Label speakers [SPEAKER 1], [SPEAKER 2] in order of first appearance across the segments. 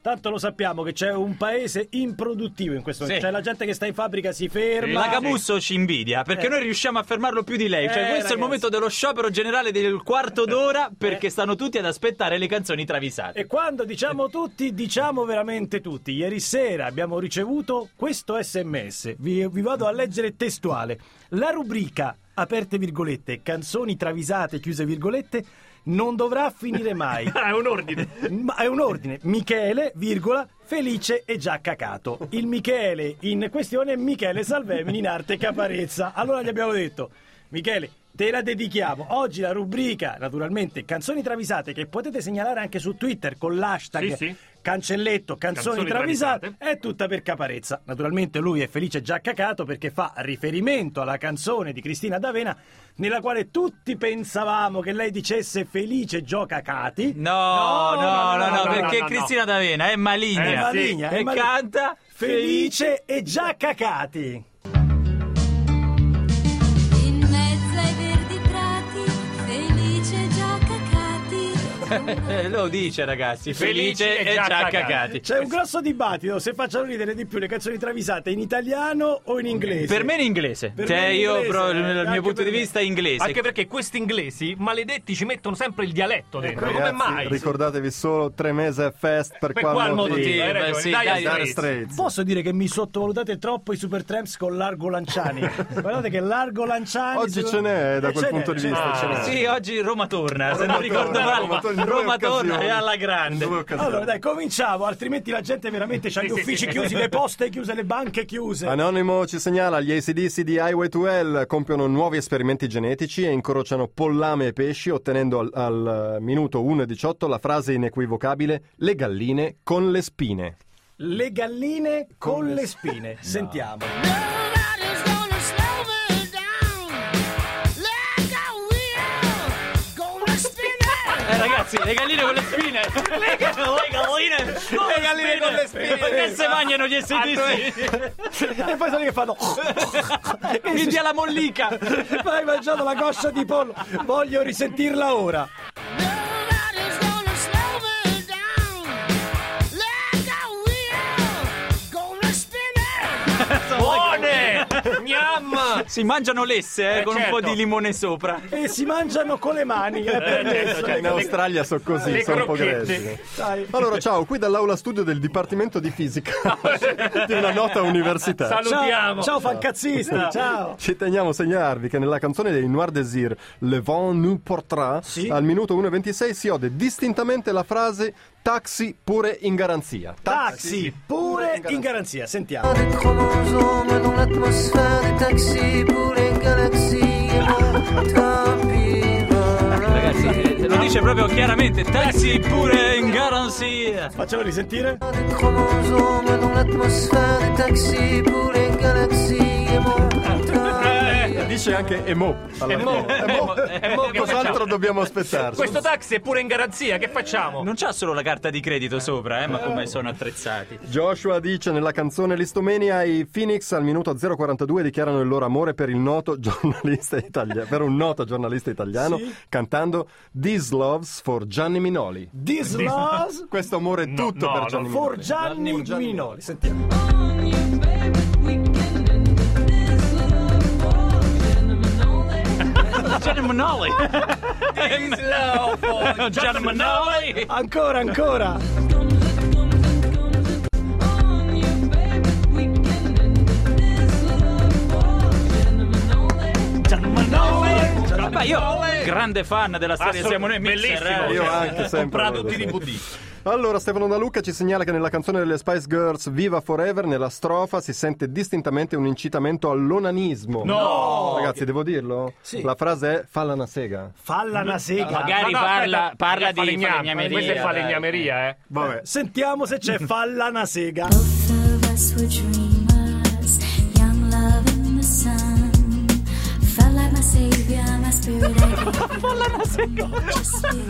[SPEAKER 1] Tanto lo sappiamo che c'è un paese improduttivo in questo
[SPEAKER 2] Sì.
[SPEAKER 1] momento. Cioè la gente che sta in fabbrica si ferma.
[SPEAKER 2] La Camusso ci invidia perché
[SPEAKER 1] Eh.
[SPEAKER 2] noi riusciamo a fermarlo più di lei. Cioè,
[SPEAKER 1] Eh,
[SPEAKER 2] questo è
[SPEAKER 1] ragazzi. Eh.
[SPEAKER 2] il momento dello sciopero generale del quarto d'ora perché stanno tutti ad aspettare le canzoni travisate.
[SPEAKER 1] E quando diciamo tutti, diciamo veramente tutti. Ieri sera abbiamo ricevuto questo sms. Vi, vi vado a leggere testuale. La rubrica, aperte virgolette, canzoni travisate, chiuse virgolette, non dovrà finire mai.
[SPEAKER 3] Ah, è un ordine.
[SPEAKER 1] Ma è un ordine. Michele, virgola, felice e già cacato. Il Michele in questione è Michele Salvemini in arte caparezza. Allora gli abbiamo detto, Michele, te la dedichiamo. Oggi la rubrica, naturalmente, canzoni travisate che potete segnalare anche su Twitter con l'hashtag.
[SPEAKER 3] Sì, sì.
[SPEAKER 1] Cancelletto, canzoni,
[SPEAKER 3] Canzoni
[SPEAKER 1] travisate,
[SPEAKER 3] travisate.
[SPEAKER 1] è tutta per caparezza. Naturalmente lui è felice e già cacato perché fa riferimento alla canzone di Cristina D'Avena nella quale tutti pensavamo che lei dicesse felice gioca cacati.
[SPEAKER 2] No, no, no, no,
[SPEAKER 3] no, no,
[SPEAKER 2] perché
[SPEAKER 3] no, no.
[SPEAKER 2] Cristina D'Avena è maligna.
[SPEAKER 3] Eh,
[SPEAKER 1] È maligna,
[SPEAKER 2] E
[SPEAKER 1] è maligna.
[SPEAKER 2] canta
[SPEAKER 1] felice e già cacati.
[SPEAKER 4] In mezzo ai verdi prati, felice già cacati.
[SPEAKER 2] Eh, Lo dice, ragazzi, felice,
[SPEAKER 3] Felici
[SPEAKER 2] e già cacati.
[SPEAKER 1] C'è un grosso dibattito se facciano ridere di più le canzoni travisate in italiano o in inglese.
[SPEAKER 2] Per me in inglese.
[SPEAKER 1] Per
[SPEAKER 2] cioè,
[SPEAKER 1] me in
[SPEAKER 2] io,
[SPEAKER 1] inglese,
[SPEAKER 2] pro-
[SPEAKER 1] eh,
[SPEAKER 2] dal
[SPEAKER 1] anche
[SPEAKER 2] mio punto
[SPEAKER 1] per
[SPEAKER 2] di
[SPEAKER 1] me.
[SPEAKER 2] vista, è inglese.
[SPEAKER 3] Anche perché questi inglesi maledetti ci mettono sempre il dialetto dentro. Come
[SPEAKER 5] Ragazzi,
[SPEAKER 3] mai?
[SPEAKER 5] Ricordatevi solo tre mesi e fest per,
[SPEAKER 3] Per
[SPEAKER 5] qual,
[SPEAKER 3] qual
[SPEAKER 5] motivo.
[SPEAKER 2] Sì,
[SPEAKER 3] motivo?
[SPEAKER 2] beh,
[SPEAKER 3] Hai ragione,
[SPEAKER 2] sì,
[SPEAKER 3] dai,
[SPEAKER 2] dai,
[SPEAKER 5] Dire
[SPEAKER 3] dai. Boh.
[SPEAKER 5] Straits.
[SPEAKER 1] Posso dire che mi sottovalutate troppo i super tramps con Largo Lanciani? Guardate che Largo Lanciani.
[SPEAKER 5] Oggi
[SPEAKER 1] secondo-
[SPEAKER 5] ce n'è, da
[SPEAKER 1] Eh,
[SPEAKER 5] quel
[SPEAKER 1] ce
[SPEAKER 5] punto
[SPEAKER 1] n'è,
[SPEAKER 5] di
[SPEAKER 1] ce
[SPEAKER 5] vista,
[SPEAKER 1] n'è.
[SPEAKER 5] ce n'è.
[SPEAKER 2] Sì, oggi Roma torna, se non
[SPEAKER 5] Roma
[SPEAKER 2] ricordo
[SPEAKER 5] torna,
[SPEAKER 2] male.
[SPEAKER 5] Roma torna in due
[SPEAKER 2] Roma torna
[SPEAKER 5] occasioni.
[SPEAKER 2] e alla
[SPEAKER 5] In due
[SPEAKER 2] grande.
[SPEAKER 5] occasioni.
[SPEAKER 1] Allora dai, cominciamo, altrimenti la gente veramente ha gli
[SPEAKER 3] Sì, sì,
[SPEAKER 1] uffici
[SPEAKER 3] sì.
[SPEAKER 1] chiusi, le poste chiuse, le banche
[SPEAKER 5] Ah,
[SPEAKER 1] chiuse.
[SPEAKER 5] Anonimo ci segnala gli ACDC di Highway to Hell compiono nuovi esperimenti genetici e incrociano pollame e pesci ottenendo al, al eh, minuto 1.18 la frase inequivocabile le galline con le spine.
[SPEAKER 1] Le galline con le spine. Sentiamo.
[SPEAKER 6] Nobody's gonna slow me down. Like a wheel, gonna spin it.
[SPEAKER 2] Eh, ragazzi, le galline con le spine. Le galline con le spine. Ah, Perché se mangiano gli SDC?
[SPEAKER 1] E poi sai che fanno? Esatto.
[SPEAKER 2] Quindi alla mollica.
[SPEAKER 1] Ma hai mangiato la coscia di pollo. Voglio risentirla ora.
[SPEAKER 6] Nobody's gonna slow me down. Like a wheel, gonna spin it.
[SPEAKER 3] Buone! Gnam!
[SPEAKER 2] Si mangiano l'esse eh,
[SPEAKER 3] Eh,
[SPEAKER 2] con un po'
[SPEAKER 3] certo.
[SPEAKER 2] di limone sopra.
[SPEAKER 1] E si mangiano con le mani. eh, È permesso.
[SPEAKER 3] certo,
[SPEAKER 5] In Australia sono così,
[SPEAKER 3] le
[SPEAKER 5] sono un po'
[SPEAKER 3] crocchette.
[SPEAKER 5] grezzi.
[SPEAKER 1] Dai.
[SPEAKER 5] Allora ciao, qui dall'aula studio del Dipartimento di Fisica di una nota università.
[SPEAKER 1] Ciao,
[SPEAKER 3] Salutiamo!
[SPEAKER 1] ciao fancazzista, ciao.
[SPEAKER 5] Ci teniamo a segnalarvi che nella canzone dei Noir Désir, Le vent nous portera,
[SPEAKER 1] Sì.
[SPEAKER 5] al minuto 1.26 si ode distintamente la frase taxi pure in garanzia.
[SPEAKER 1] Taxi pure in garanzia, sentiamo.
[SPEAKER 7] Des chromosomes dans l'atmosphère des taxis pour les galaxies. Et moi, tant pis, voilà.
[SPEAKER 2] Ragazzi, eh, lo dice proprio chiaramente. Taxi pure in garanzia.
[SPEAKER 1] Facciamo risentire.
[SPEAKER 7] Des chromosomes dans l'atmosphère des taxis pour les galaxies. Et moi, tant pis.
[SPEAKER 5] Dice anche Emo. alla
[SPEAKER 3] E mo-
[SPEAKER 5] fine.
[SPEAKER 3] e mo-
[SPEAKER 5] Emo,
[SPEAKER 3] che
[SPEAKER 5] cos'altro
[SPEAKER 3] facciamo?
[SPEAKER 5] dobbiamo aspettarci?
[SPEAKER 3] Questo taxi è pure in garanzia, che facciamo?
[SPEAKER 2] Non c'ha solo la carta di credito sopra, eh, ma come sono attrezzati.
[SPEAKER 5] Joshua dice nella canzone Listomania i Phoenix al minuto 042 dichiarano il loro amore per il noto giornalista italiano, per un noto giornalista italiano
[SPEAKER 1] Sì.
[SPEAKER 5] cantando These Loves for Gianni Minoli.
[SPEAKER 1] This love
[SPEAKER 5] Questo amore è
[SPEAKER 3] No,
[SPEAKER 5] tutto
[SPEAKER 3] no,
[SPEAKER 5] per
[SPEAKER 3] no,
[SPEAKER 5] Gianni
[SPEAKER 1] for
[SPEAKER 5] Minoli.
[SPEAKER 1] Gianni Minoli. Sentiamo.
[SPEAKER 2] Gian Manoli. Gian Manoli.
[SPEAKER 1] Ancora, ancora.
[SPEAKER 2] Vabbè, io grande fan della serie
[SPEAKER 3] Assolut-
[SPEAKER 2] Siamo noi Mixer.
[SPEAKER 3] bellissimo.
[SPEAKER 2] eh.
[SPEAKER 1] Cioè,
[SPEAKER 5] Io anche sempre.
[SPEAKER 3] Comprato
[SPEAKER 5] vedo,
[SPEAKER 3] tutti i
[SPEAKER 5] sì.
[SPEAKER 3] DVD.
[SPEAKER 5] Allora, Stefano Da Luca ci segnala che nella canzone delle Spice Girls Viva Forever, nella strofa si sente distintamente un incitamento all'onanismo.
[SPEAKER 3] No!
[SPEAKER 5] Ragazzi, devo dirlo?
[SPEAKER 1] Sì.
[SPEAKER 5] La frase è falla una sega.
[SPEAKER 1] Falla una sega.
[SPEAKER 2] Magari
[SPEAKER 3] No, no,
[SPEAKER 2] parla,
[SPEAKER 3] aspetta,
[SPEAKER 2] parla di
[SPEAKER 3] falegname.
[SPEAKER 2] falegnameria.
[SPEAKER 3] Questa è
[SPEAKER 2] dai.
[SPEAKER 3] falegnameria, eh.
[SPEAKER 5] Vabbè.
[SPEAKER 1] Sentiamo se c'è falla una sega.
[SPEAKER 4] Both of us were dreamers, young love in the sun. Felt like my savior, my spirit.
[SPEAKER 2] No,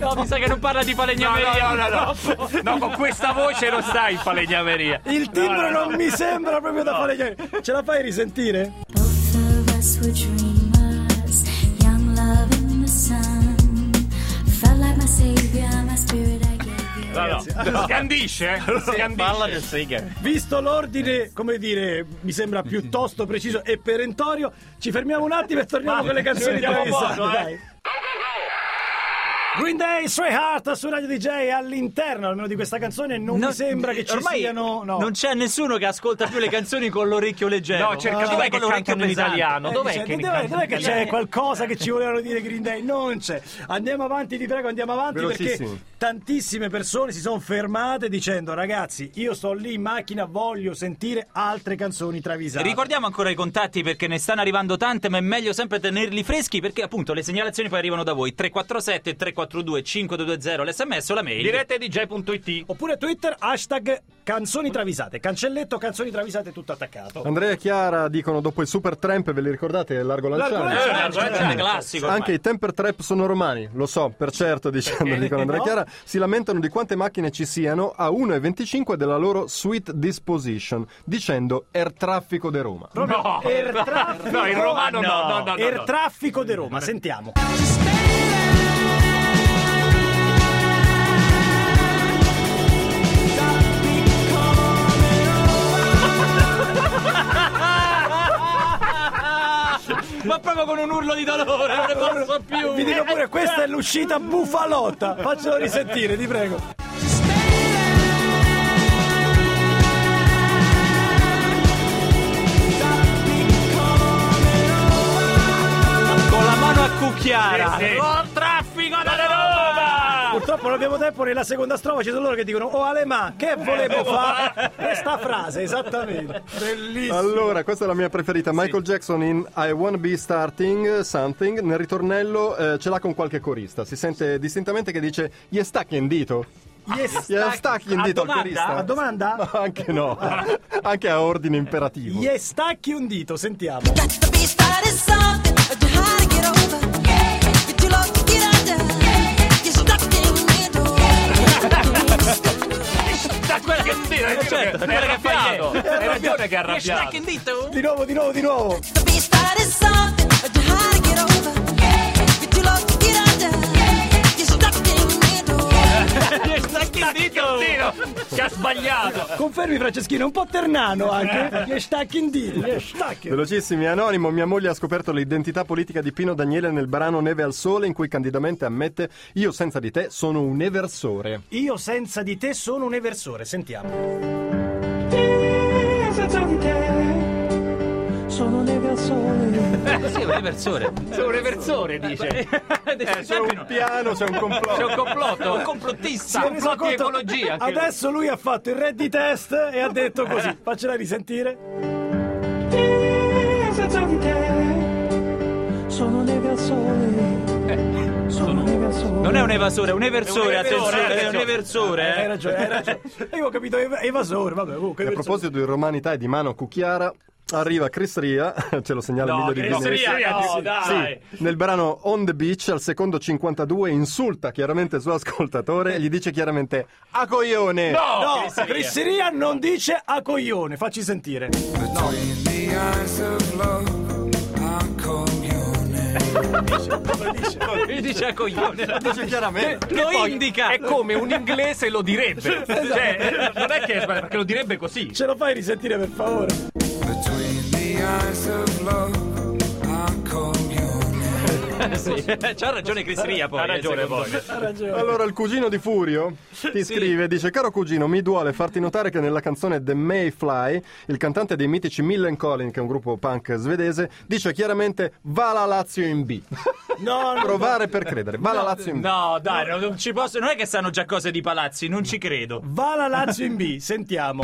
[SPEAKER 2] Oh, mi sa che non parla di
[SPEAKER 3] No,
[SPEAKER 2] falegnameria.
[SPEAKER 3] no, no, no, no. No, con questa voce non stai in falegnameria.
[SPEAKER 1] Il timbro non mi sembra proprio da fare gli Ce la fai risentire?
[SPEAKER 4] Both of us were dreamers, young love in the sun. Felt like my savior, my spirit I gave you.
[SPEAKER 1] ragazzi. Allora,
[SPEAKER 3] eh?
[SPEAKER 8] Scandisce?
[SPEAKER 2] Palla
[SPEAKER 8] Scandisce.
[SPEAKER 2] del Sega.
[SPEAKER 1] Visto l'ordine, come dire, mi sembra piuttosto preciso e perentorio, ci fermiamo un attimo e torniamo con le canzoni di
[SPEAKER 8] sentiamo
[SPEAKER 1] Alessandro,
[SPEAKER 8] poco, eh.
[SPEAKER 1] dai. Green Day, Stray Heart su Radio DJ all'interno almeno di questa canzone non, mi sembra che ci
[SPEAKER 2] ormai
[SPEAKER 1] siano no.
[SPEAKER 2] Non c'è nessuno che ascolta più le canzoni con l'orecchio leggero.
[SPEAKER 3] No, cerca
[SPEAKER 2] Dov'è
[SPEAKER 3] dov'è che
[SPEAKER 2] con l'orecchio
[SPEAKER 3] cantano in
[SPEAKER 2] pesante?
[SPEAKER 3] italiano?
[SPEAKER 1] Eh,
[SPEAKER 3] Dov'è
[SPEAKER 1] dice,
[SPEAKER 3] che
[SPEAKER 1] dov'è- dov'è che c'è
[SPEAKER 2] italiano?
[SPEAKER 1] qualcosa che ci volevano dire Green Day? Non c'è. Andiamo avanti, ti prego, andiamo avanti perché
[SPEAKER 5] Velocissimo.
[SPEAKER 1] tantissime persone si sono fermate dicendo "Ragazzi, io sto lì in macchina, voglio sentire altre canzoni travisate".
[SPEAKER 2] Esatto. Ricordiamo ancora i contatti perché ne stanno arrivando tante, ma è meglio sempre tenerli freschi perché appunto le segnalazioni poi arrivano da voi. 347 342 5220 l'SMS o la mail.
[SPEAKER 3] Diretta dj.it.
[SPEAKER 1] Oppure Twitter hashtag canzoni travisate, cancelletto canzoni travisate tutto attaccato.
[SPEAKER 5] Andrea e Chiara dicono dopo il Super Tramp, ve li ricordate? Largo
[SPEAKER 1] Largo
[SPEAKER 5] lanciano.
[SPEAKER 1] Lanciano.
[SPEAKER 2] Eh, cioè, è un classico. ormai.
[SPEAKER 5] Anche i temper trap sono romani, lo so, per certo, dicendo, dicono Andrea
[SPEAKER 1] Eh, No?
[SPEAKER 5] Chiara, si lamentano di quante macchine ci siano a 1,25 della loro sweet disposition, dicendo air traffico de Roma.
[SPEAKER 1] Proprio
[SPEAKER 3] No.
[SPEAKER 1] air Er traffico.
[SPEAKER 3] No, in romano no, no, no, no,
[SPEAKER 1] Air
[SPEAKER 3] no.
[SPEAKER 1] traffico di Roma, sentiamo.
[SPEAKER 2] Ma proprio con un urlo di dolore, non ne posso più. Eh,
[SPEAKER 1] Vi dico pure, questa è l'uscita bufalotta. Faccelo risentire, ti prego.
[SPEAKER 2] Con la mano a cucchiara.
[SPEAKER 3] Sì, sì.
[SPEAKER 2] Col traffico da Roma!
[SPEAKER 1] Purtroppo non abbiamo tempo, nella seconda strofa ci sono loro che dicono Oh Alema, che volevo fare? Questa frase, esattamente. Bellissimo.
[SPEAKER 5] Allora, questa è la mia preferita, Michael Jackson in I Wanna Be Starting Something, nel ritornello eh, ce l'ha con qualche corista, si sente distintamente che dice gli stacchi in dito,
[SPEAKER 1] Yes.
[SPEAKER 5] gli stacchi in
[SPEAKER 2] a
[SPEAKER 5] dito al
[SPEAKER 2] domanda?
[SPEAKER 1] Ah, A
[SPEAKER 5] corista.
[SPEAKER 1] domanda?
[SPEAKER 5] Ma anche no, anche a ordine imperativo.
[SPEAKER 1] Gli stacchi un dito, sentiamo.
[SPEAKER 4] Got to be started something, but you hard to get over. You're too low to get under. You're stuck in the middle.
[SPEAKER 3] Da quella che ti dico,
[SPEAKER 2] Certo,
[SPEAKER 3] è
[SPEAKER 2] quella che fa
[SPEAKER 3] arrabbiato.
[SPEAKER 2] niente.
[SPEAKER 3] Hai ragione che è arrabbiato.
[SPEAKER 2] in dito?
[SPEAKER 1] Di nuovo, di nuovo, di nuovo.
[SPEAKER 4] Got to be started something, but you hard to get over. You're too low to get under. You're stuck in the middle.
[SPEAKER 3] Ci ha sbagliato.
[SPEAKER 1] Confermi Franceschino, un po' ternano anche. Gli stacchi in dito. Eh. Gli stacchi.
[SPEAKER 5] Velocissimi, anonimo, mia moglie ha scoperto l'identità politica di Pino Daniele nel brano Neve al Sole in cui candidamente ammette Io senza di te sono un eversore.
[SPEAKER 1] Io senza di te sono un eversore, sentiamo.
[SPEAKER 2] Sì, un reversore.
[SPEAKER 3] Sei un reversore,
[SPEAKER 2] Eh,
[SPEAKER 3] dice.
[SPEAKER 5] C'è un piano, c'è un
[SPEAKER 3] C'è un
[SPEAKER 5] complotto.
[SPEAKER 3] complotto.
[SPEAKER 2] Un complottista.
[SPEAKER 1] Si è reso
[SPEAKER 3] un po' di
[SPEAKER 1] conto-
[SPEAKER 3] ecologia anche lui.
[SPEAKER 1] Adesso lui ha fatto il red di test e ha detto così. Faccela risentire.
[SPEAKER 2] Non è un evasore, è un eversore, attenzione,
[SPEAKER 3] È un eversore,
[SPEAKER 2] è un
[SPEAKER 3] attenzione.
[SPEAKER 2] eversore.
[SPEAKER 1] Hai
[SPEAKER 2] eh.
[SPEAKER 1] ragione, hai ragione. Io ho capito ev- evasore, vabbè, comunque.
[SPEAKER 5] A proposito di romanità e di mano cucchiara, arriva Chris Ria, ce lo segnala
[SPEAKER 3] No,
[SPEAKER 5] Emilio di
[SPEAKER 3] che
[SPEAKER 5] Vignesi.
[SPEAKER 3] seria, no, dai.
[SPEAKER 5] Sì, nel brano On the Beach al secondo 52 insulta chiaramente il suo ascoltatore e gli dice chiaramente A coglione!
[SPEAKER 3] No,
[SPEAKER 1] No,
[SPEAKER 3] che seria.
[SPEAKER 1] Crisseria non dice a coglione, facci sentire.
[SPEAKER 2] Mi dice a coglione.
[SPEAKER 5] Dice chiaramente.
[SPEAKER 2] Lo indica.
[SPEAKER 3] È come un inglese lo direbbe.
[SPEAKER 1] Esatto.
[SPEAKER 3] Cioè, non è che è sbagliato, perché lo direbbe così.
[SPEAKER 1] Ce lo fai risentire per favore?
[SPEAKER 2] Sì, C'ha ragione Chris Ria poi.
[SPEAKER 3] Ha
[SPEAKER 2] eh,
[SPEAKER 3] ragione
[SPEAKER 2] secondo
[SPEAKER 3] poi.
[SPEAKER 2] me.
[SPEAKER 1] Ha ragione.
[SPEAKER 5] Allora il cugino di Furio ti scrive dice caro cugino mi duole farti notare che nella canzone The Mayfly il cantante dei mitici Millencolin che è un gruppo punk svedese dice chiaramente va la Lazio in B
[SPEAKER 1] No, no,
[SPEAKER 5] provare per credere va la Lazio in B
[SPEAKER 2] No, dai, non- non ci posso. Non è che sanno già cose di palazzi, non ci credo.
[SPEAKER 1] Va la Lazio in B, sentiamo.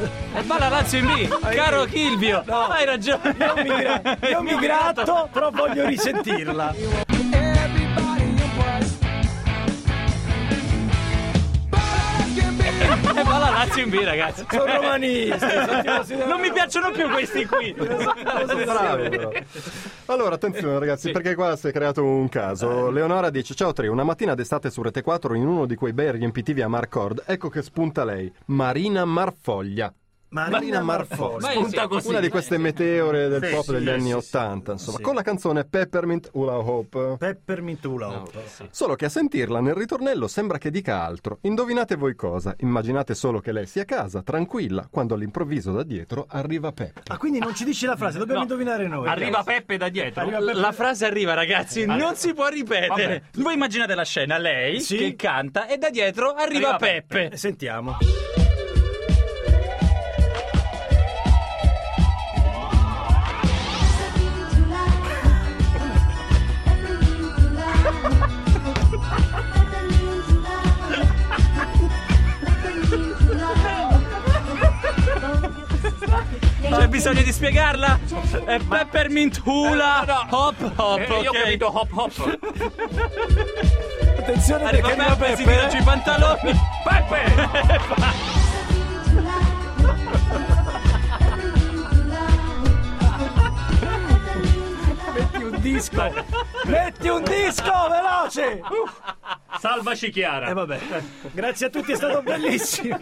[SPEAKER 2] E Eh, va la Lazio in B, caro Kilvio. Hai ragione.
[SPEAKER 1] Io mi, gra- io mi gratto, però voglio risentirla.
[SPEAKER 2] E Eh, va la Lazio in B, ragazzi.
[SPEAKER 1] Sono romanista.
[SPEAKER 2] Non mi piacciono più questi qui.
[SPEAKER 9] Ah,
[SPEAKER 5] Bravo, però. Allora, attenzione ragazzi, perché qua si è creato un
[SPEAKER 9] Eh.
[SPEAKER 5] caso. Leonora dice: Ciao Tre, una mattina d'estate su Rete 4 in uno di quei bei riempitivi a Marcord, ecco che spunta lei, Marina Marfoglia.
[SPEAKER 1] Marina Marfo.
[SPEAKER 9] Ma-
[SPEAKER 5] spunta
[SPEAKER 9] sì,
[SPEAKER 5] così.
[SPEAKER 9] così. eh.
[SPEAKER 5] una di queste meteore del
[SPEAKER 1] Sì,
[SPEAKER 5] pop degli
[SPEAKER 1] sì,
[SPEAKER 5] anni
[SPEAKER 1] sì,
[SPEAKER 5] 80, insomma,
[SPEAKER 1] sì.
[SPEAKER 5] con la canzone Peppermint Hula Hope.
[SPEAKER 1] Peppermint Hula Hoop.
[SPEAKER 5] Solo che a sentirla nel ritornello sembra che dica altro. Indovinate voi cosa? Immaginate solo che lei sia a casa, tranquilla, quando all'improvviso da dietro arriva Peppe.
[SPEAKER 1] Ah, quindi non ci dici la frase, dobbiamo indovinare noi.
[SPEAKER 3] Arriva Peppe da dietro.
[SPEAKER 1] Arriva Peppe-
[SPEAKER 2] La frase arriva, ragazzi, non si può ripetere. Eh. Voi immaginate la scena, lei
[SPEAKER 1] Sì.
[SPEAKER 2] che canta e da dietro arriva,
[SPEAKER 3] Arriva
[SPEAKER 2] Peppe.
[SPEAKER 1] Eh, Sentiamo.
[SPEAKER 2] C'è bisogno di spiegarla? È Peppermint Hula
[SPEAKER 3] Eh, no, no.
[SPEAKER 2] Hop Hop.
[SPEAKER 3] Eh, Io ho
[SPEAKER 2] ok?
[SPEAKER 3] capito hop hop.
[SPEAKER 1] Attenzione
[SPEAKER 2] Arriva
[SPEAKER 1] perché arriva
[SPEAKER 2] Peppe, si tira giù i pantaloni.
[SPEAKER 3] Peppe!
[SPEAKER 1] Metti un disco. Metti un disco, veloce. Eh,
[SPEAKER 3] Salvaci
[SPEAKER 1] E
[SPEAKER 3] Chiara.
[SPEAKER 1] vabbè. Grazie a tutti, è stato bellissimo.